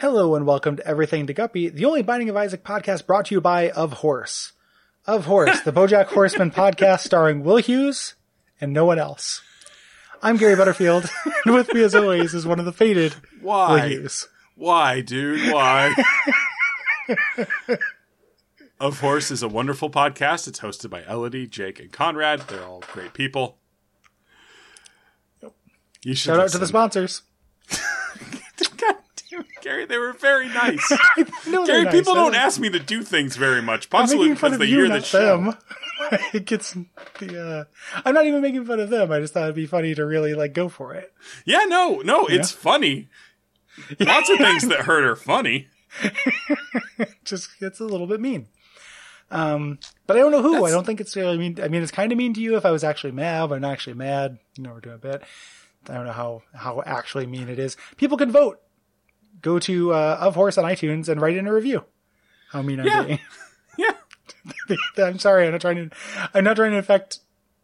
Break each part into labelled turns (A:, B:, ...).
A: Hello and welcome to Everything to Guppy, the only Binding of Isaac podcast brought to you by Of Horse. Of Horse, the Bojack Horseman podcast starring Will Hughes and no one else. I'm Gary Butterfield, and with me as always is one of the faded Will
B: Why?
A: Hughes.
B: Why, dude? Why? of Horse is a wonderful podcast. It's hosted by Elodie, Jake, and Conrad. They're all great people. You should
A: Shout out to the
B: listen.
A: sponsors.
B: God damn, Gary, they were very nice.
A: No, they're
B: Gary,
A: nice.
B: people
A: I
B: don't ask me to do things very much,
A: I'm
B: possibly
A: making fun
B: because
A: of
B: they
A: you,
B: hear
A: not
B: the show.
A: them. it gets the. Uh, I'm not even making fun of them. I just thought it'd be funny to really like go for it.
B: Yeah, no, no, it's funny. Lots of things that hurt are funny.
A: just it's a little bit mean. Um, but I don't know who. I
B: That's-
A: don't think it's really mean. I mean, it's kind of mean to you if I was actually mad, but I'm not actually mad. You know, we're doing a bit. I don't know how how actually mean it is. People can vote. Go to uh, of horse on iTunes and write in a review. How mean I'm
B: Yeah.
A: being.
B: Yeah.
A: I'm sorry. I'm not trying to. I'm not trying to affect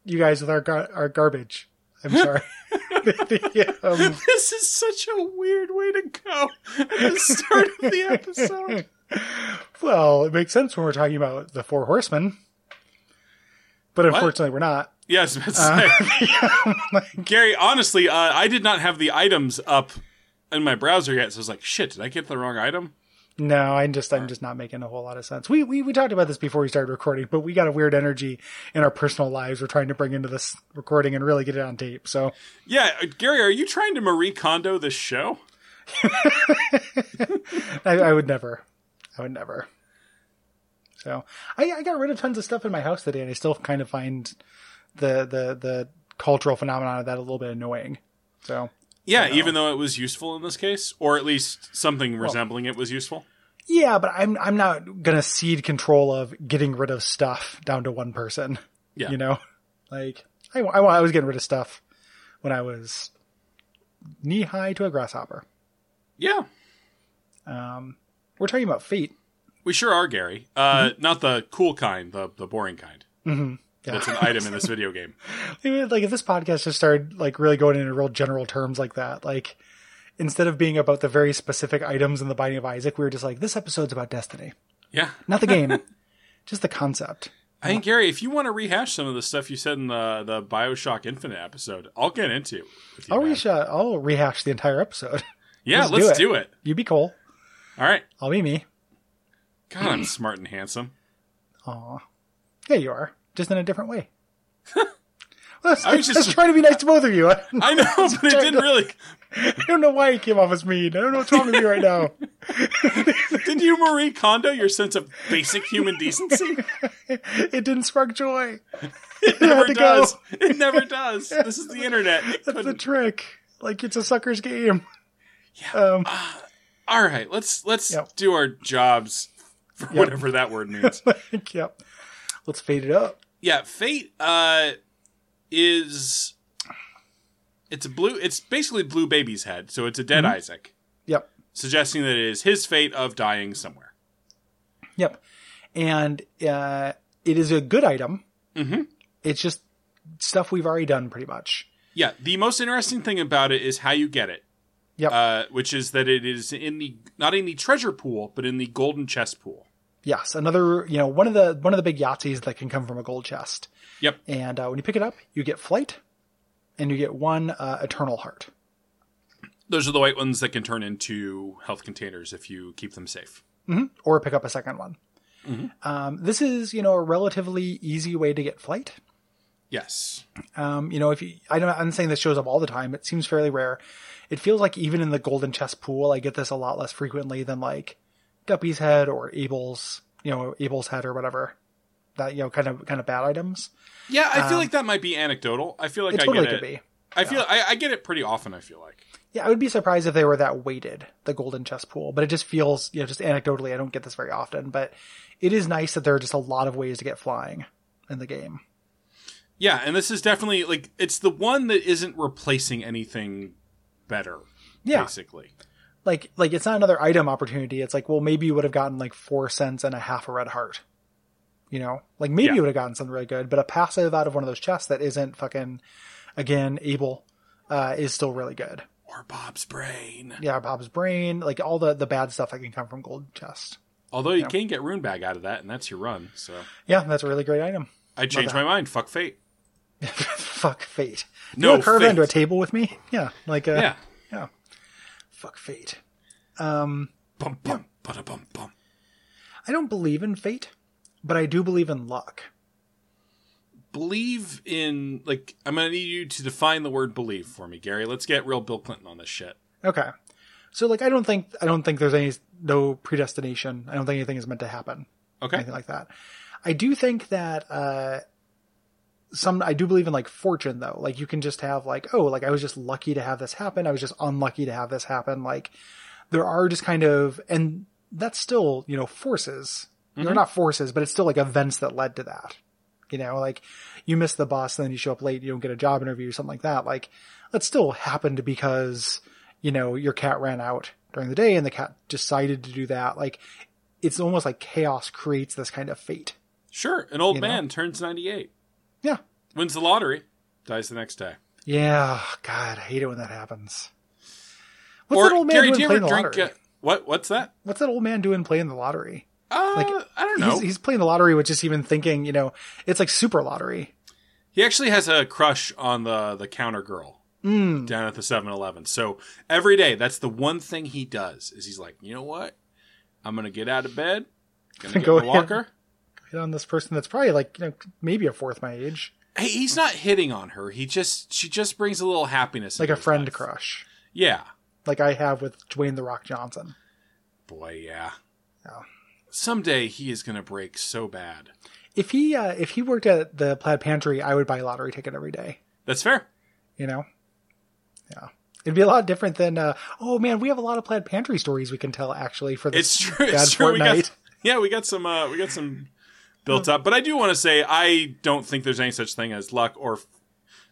A: you guys with our gar- our garbage. I'm sorry. The- the, um,
B: This is such a weird way to go at the start of the episode.
A: well, it makes sense when we're talking about the four horsemen, but unfortunately, we're not.
B: Yes, that's Gary. Honestly, uh, I did not have the items up in my browser yet, so I was like, "Shit, did I get the wrong item?"
A: No, I'm just I'm just not making a whole lot of sense. We we we talked about this before we started recording, but we got a weird energy in our personal lives. We're trying to bring into this recording and really get it on tape. So
B: Yeah, uh, Gary, are you trying to Marie Kondo this show?
A: I, I would never, I would never. So I, I got rid of tons of stuff in my house today, and I still kind of find the the the cultural phenomenon of that a little bit annoying. So
B: Yeah, even though it was useful in this case, or at least something resembling it was useful.
A: yeah, but I'm I'm not gonna cede control of getting rid of stuff down to one person.
B: Yeah,
A: you know like I, I, I was getting rid of stuff when i was knee high to a grasshopper
B: yeah,
A: um we're talking about feet
B: we sure are, Gary. Uh, Not the cool kind, the the boring kind.
A: Yeah.
B: That's an item in this video game.
A: I mean, like if this podcast just started like really going into real general terms like that like instead of being about the very specific items in the binding of isaac we were just like this episode's about destiny
B: Yeah,
A: not the game just the concept
B: I think Gary, if you want to rehash some of the stuff you said in the the Bioshock Infinite episode, I'll get into. it with you,
A: I'll,
B: man.
A: rehash, uh, I'll rehash the entire episode
B: yeah,
A: let's do
B: let's
A: it.
B: do it.
A: you be cole
B: All right.
A: i'll be me
B: God, I'm smart and handsome.
A: Aw. Yeah, you are. Just in a different way. Let's,
B: I was
A: just,
B: just-
A: trying to be nice to both of you. I
B: I know, but it didn't really.
A: don't know why you came off as mean. I don't know what's wrong with you right now.
B: Did you Marie Kondo your sense of basic human decency?
A: It didn't spark joy.
B: It never
A: to go.
B: does. It never does. This is the internet. It
A: That's the
B: couldn't.
A: trick. Like it's a sucker's game.
B: Yeah.
A: Um,
B: Ah, All right, let's let's
A: Yep.
B: do our jobs for whatever that word means.
A: yep. Let's fade it up.
B: yeah, fate uh, is it's a blue. It's basically blue baby's head. So it's a dead Isaac,
A: Mm-hmm. Yep.
B: suggesting that it is his fate of dying somewhere.
A: Yep. And uh, it is a good item.
B: Mhm.
A: It's just stuff we've already done pretty much.
B: Yeah, the most interesting thing about it is how you get it.
A: Yep.
B: Uh, which is that it is in the not in the treasure pool, but in the golden chest pool.
A: Yes, another you know one of the one of the big Yahtzees that can come from a gold chest.
B: Yep.
A: And uh, when you pick it up, you get flight, and you get one uh, eternal heart.
B: Those are the white ones that can turn into health containers if you keep them safe.
A: or pick up a second one.
B: Mm-hmm.
A: Um, this is, you know, a relatively easy way to get flight.
B: Yes.
A: Um, you know, if you, I don't, I'm saying this shows up all the time. It seems fairly rare. It feels like even in the golden chest pool, I get this a lot less frequently than like Guppy's head or Abel's, you know, Abel's head or whatever. That you know, kind of kind of bad items.
B: Yeah, I
A: Um,
B: feel like that might be anecdotal. I feel like
A: It
B: I
A: totally
B: get it.
A: could be.
B: I feel I, I get it pretty often. I feel like.
A: Yeah, I would be surprised if they were that weighted, the golden chess pool, but it just feels, you know, just anecdotally, I don't get this very often, but it is nice that there are just a lot of ways to get flying in the game.
B: Yeah, and this is definitely like it's the one that isn't replacing anything better.
A: Yeah.
B: Basically.
A: Like, like it's not another item opportunity. It's like, well, maybe you would have gotten like four cents and a half a red heart. You know, like maybe
B: Yeah.
A: you would have gotten something really good, but a passive out of one of those chests that isn't fucking, again, able, uh, is still really good.
B: Or or Bob's brain.
A: Yeah, Bob's brain, like all the the bad stuff that can come from gold chest.
B: Although you can get rune bag out of that, and that's your run. So
A: Yeah, that's a really great item.
B: I changed my mind. Fuck fate.
A: Fuck fate. Do
B: No
A: you want to curve
B: fate.
A: into a table with me? Yeah, like uh,
B: Yeah.
A: Fuck fate. Um,
B: Bum bum bada bum bum.
A: I don't believe in fate, but I do believe in luck.
B: Believe in like I'm gonna need you to define the word believe for me, Gary. Let's get real Bill Clinton on this shit.
A: Okay. So like I don't think I don't think there's any no predestination. I don't think anything is meant to happen.
B: Okay.
A: Anything like that. I do think that uh some I do believe in like fortune though. Like you can just have like, oh, like I was just lucky to have this happen. I was just unlucky to have this happen. Like there are just kind of and that's still, you know, forces. They're not forces, but it's still like events that led to that. You know, like you miss the bus and then you show up late, you don't get a job interview or something like that. Like that still happened because, you know, your cat ran out during the day and the cat decided to do that. Like it's almost like chaos creates this kind of fate.
B: Sure. An old
A: You know?
B: man turns 98,
A: Yeah.
B: wins the lottery, dies the next day.
A: Yeah. God, I hate it when that happens. What's
B: Or
A: that old man
B: Gary, do
A: doing
B: you
A: playing
B: ever
A: the
B: drink?
A: lottery?
B: Uh, what? What's that?
A: What's that old man doing playing the lottery?
B: Uh, I don't know.
A: He's, he's playing the lottery with just even thinking, you know, it's like super lottery.
B: He actually has a crush on the the counter girl
A: Hmm.
B: down at the 7-Eleven. So every day, that's the one thing he does is he's like, you know what? I'm gonna get out of bed, gonna get
A: Go
B: my
A: ahead.
B: walker.
A: Hit on this person that's probably like, you know, maybe a fourth my age,
B: Hey, he's not hitting on her. He just she just brings a little happiness,
A: like
B: into
A: a
B: his
A: friend
B: life.
A: crush,
B: Yeah,
A: like I have with Dwayne the Rock Johnson.
B: boy, yeah.
A: Oh.
B: Someday he is gonna break so bad.
A: If he uh, if he worked at the plaid pantry, I would buy a lottery ticket every day.
B: That's fair.
A: You know, yeah, it'd be a lot different than. Uh, oh man, we have a lot of plaid pantry stories we can tell actually for this
B: It's true.
A: bad
B: It's true. We got,
A: Fortnite.
B: yeah, we got some. Uh, we got some built up. But I do want to say I don't think there's any such thing as luck or f-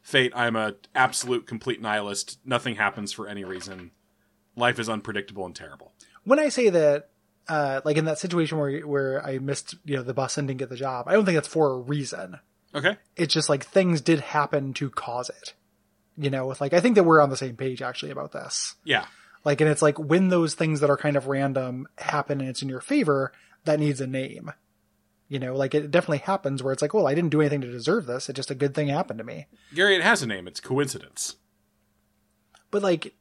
B: fate. I'm a absolute complete nihilist. Nothing happens for any reason. Life is unpredictable and terrible.
A: when I say that, uh, like in that situation where where I missed you know the bus and didn't get the job, I don't think that's for a reason.
B: Okay.
A: It's just like things did happen to cause it. You know, with like I think that we're on the same page actually about this.
B: Yeah.
A: Like, and it's like when those things that are kind of random happen and it's in your favor, that needs a name. You know, like it definitely happens where it's like, well, I didn't do anything to deserve this. It's just a good thing happened to me.
B: Gary, it has a name. It's coincidence.
A: But like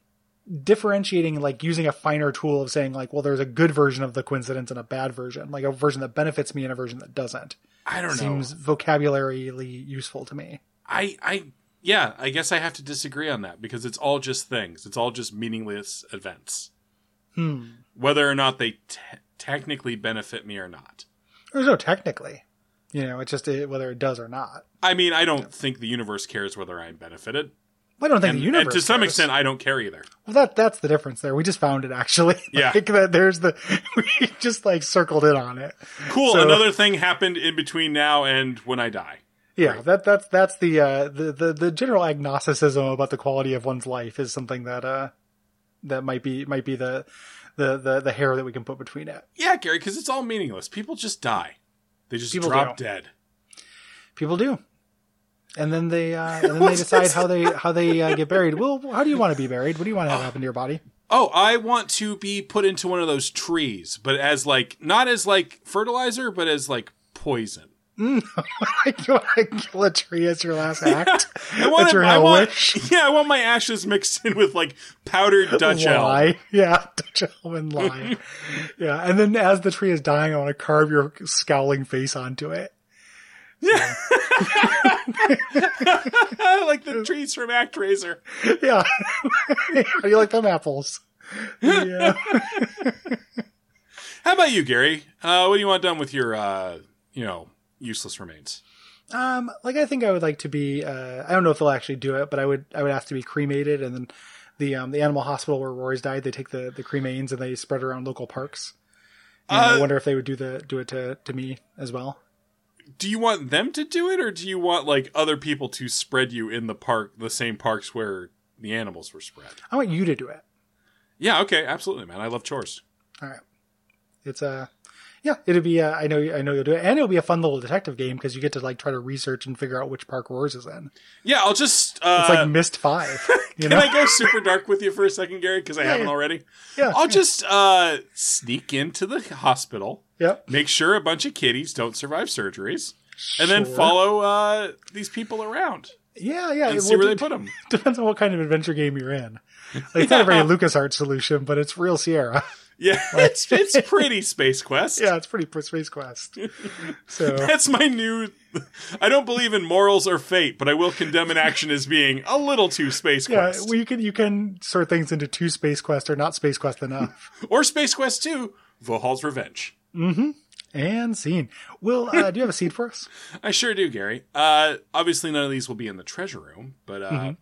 A: differentiating, like using a finer tool of saying, like, well, there's a good version of the coincidence and a bad version, like a version that benefits me and a version that doesn't,
B: I don't
A: seems
B: know.
A: vocabularily useful to me.
B: I I yeah. I guess I have to disagree on that because it's all just things. It's all just meaningless events.
A: Hmm.
B: Whether or not they te- technically benefit me or not.
A: There's no technically, you know, it's just uh whether it does or not.
B: I mean, I don't think the universe cares whether I'm benefited.
A: I don't think
B: and,
A: the universe.
B: and to some
A: cares.
B: extent, I don't care either.
A: Well, that that's the difference there. We just found it actually.
B: Yeah.
A: like that there's the we just like circled in on it.
B: Cool.
A: So-
B: another thing happened in between now and when I die.
A: Yeah, that that's that's the uh the, the the general agnosticism about the quality of one's life is something that uh that might be might be the the the, the hair that we can put between it.
B: Yeah, Gary, because it's all meaningless. People just die. They just
A: People
B: drop
A: do.
B: dead.
A: People do. And then they uh, and then they decide how they how they uh, get buried. Well, how do you want to be buried? What do you want to have happen to your body?
B: Oh, I want to be put into one of those trees, but as like not as like fertilizer, but as like poison.
A: Like you want to kill a tree as your last act.
B: I want.
A: That's your
B: it- I
A: hell
B: want-
A: wish.
B: Yeah, I want my ashes mixed in with like powdered Dutch elm.
A: lie. Yeah, Dutch elm and lie. yeah, and then as the tree is dying, I want to carve your scowling face onto it.
B: like the trees from ActRaiser.
A: Yeah. How do you like them apples? Yeah.
B: How about you, Gary? Uh, what do you want done with your, uh, you know, useless remains?
A: Um, like I think I would like to be. Uh, I don't know if they'll actually do it, but I would. I would ask to be cremated, and then the um the animal hospital where Rory's died, they take the the cremains and they spread around local parks. And
B: Uh,
A: I wonder if they would do the do it to to me as well.
B: Do you want them to do it, or do you want like other people to spread you in the park, the same parks where the animals were spread?
A: I want you to do it.
B: Yeah, okay, absolutely, man. I love chores.
A: All right. It's uh Yeah, it'll be. Uh, I know. I know you'll do it, and it'll be a fun little detective game because you get to like try to research and figure out which park Roars is in.
B: Yeah, I'll just.
A: It's
B: Uh,
A: like missed five. You
B: can
A: know?
B: I go super dark with you for a second, Gary? Because I
A: Yeah,
B: haven't
A: yeah.
B: already.
A: yeah.
B: I'll just uh, sneak into the hospital,
A: yeah.
B: make sure a bunch of kitties don't survive surgeries, and then
A: Sure.
B: follow uh, these people around
A: Yeah, yeah.
B: and
A: it
B: see
A: will
B: where they
A: do-
B: put them.
A: depends on what kind of adventure game you're in. Like, It's not a very LucasArts solution, but it's real Sierra.
B: Yeah, it's, it's pretty space quest.
A: yeah, it's pretty Space Quest. So
B: That's my new. I don't believe in morals or fate, but I will condemn an action as being a little too space
A: yeah,
B: quest.
A: well, you can you can sort things into two Space Quest or not Space Quest enough.
B: or Space Quest 2, Vohal's Revenge.
A: and scene. Will, uh, do you have a seed for us?
B: I sure do, Gary. Uh, obviously, none of these will be in the treasure room, but uh,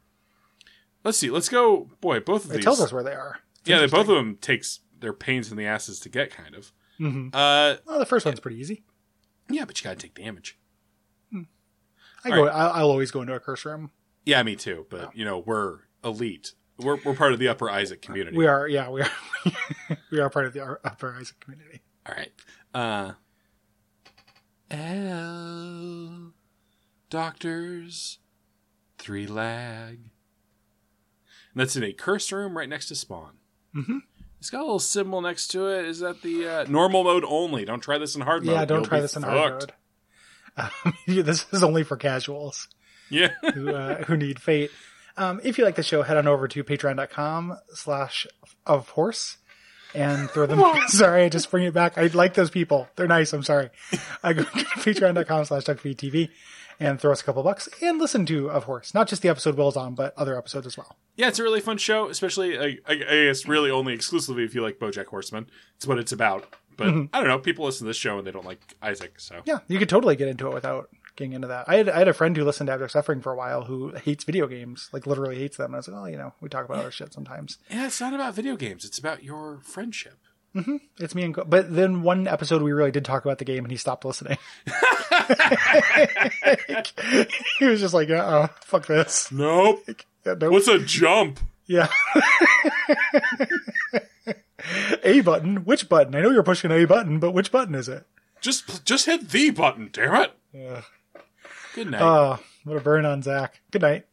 B: let's see. Let's go. Boy, both of
A: It
B: these.
A: tells us where Mm-hmm. they are.
B: yeah, they, both of them takes their pains in the asses to get, kind of.
A: Mhm.
B: Uh,
A: Well, the first one's pretty easy.
B: yeah, but you gotta take damage.
A: I
B: All
A: go. I'll, I'll always go into a curse room.
B: Yeah, me too. But you know, we're elite. We're we're part of the Upper Isaac community.
A: We are. Yeah, we are. we are part of the Ar- Upper Isaac community.
B: All right. Uh, L doctors three lag. And that's in a curse room right next to spawn.
A: Mhm.
B: It's got a little symbol next to it. Is that the uh, normal mode only? Don't try this in hard mode.
A: yeah, don't
B: You'll
A: try
B: be
A: this in
B: fucked.
A: hard mode. Um, this is only for casuals.
B: Yeah.
A: who, uh, who need fate. Um, if you like the show, head on over to patreon.com slash of horse and throw them. sorry, I just bring it back. I like those people. They're nice. I'm sorry. I go to patreon.com slash duckfeedtv and throw us a couple bucks and listen to of horse, not just the episode Will's on, but other episodes as well.
B: yeah, it's a really fun show, especially, I, I, I guess, really only exclusively if you like Bojack Horseman. It's what it's about. But I don't know. People listen to this show and they don't like Isaac, so.
A: Mm-hmm. Yeah, you could totally get into it without getting into that. I had, I had a friend who listened to Abject Suffering for a while who hates video games, like literally hates them. And I was like, oh, you know, we talk about other shit sometimes.
B: Yeah, it's not about video games. It's about your friendship.
A: It's me and Co- but then one episode we really did talk about the game and he stopped listening. he was just like, uh uh fuck this.
B: Nope.
A: Yeah, no.
B: What's a jump?
A: yeah. a button? Which button? I know you're pushing a button, but which button is it?
B: Just just hit the button, damn it.
A: Yeah.
B: Good night.
A: Uh, Ah, Oh, what a burn on Zach. Good night.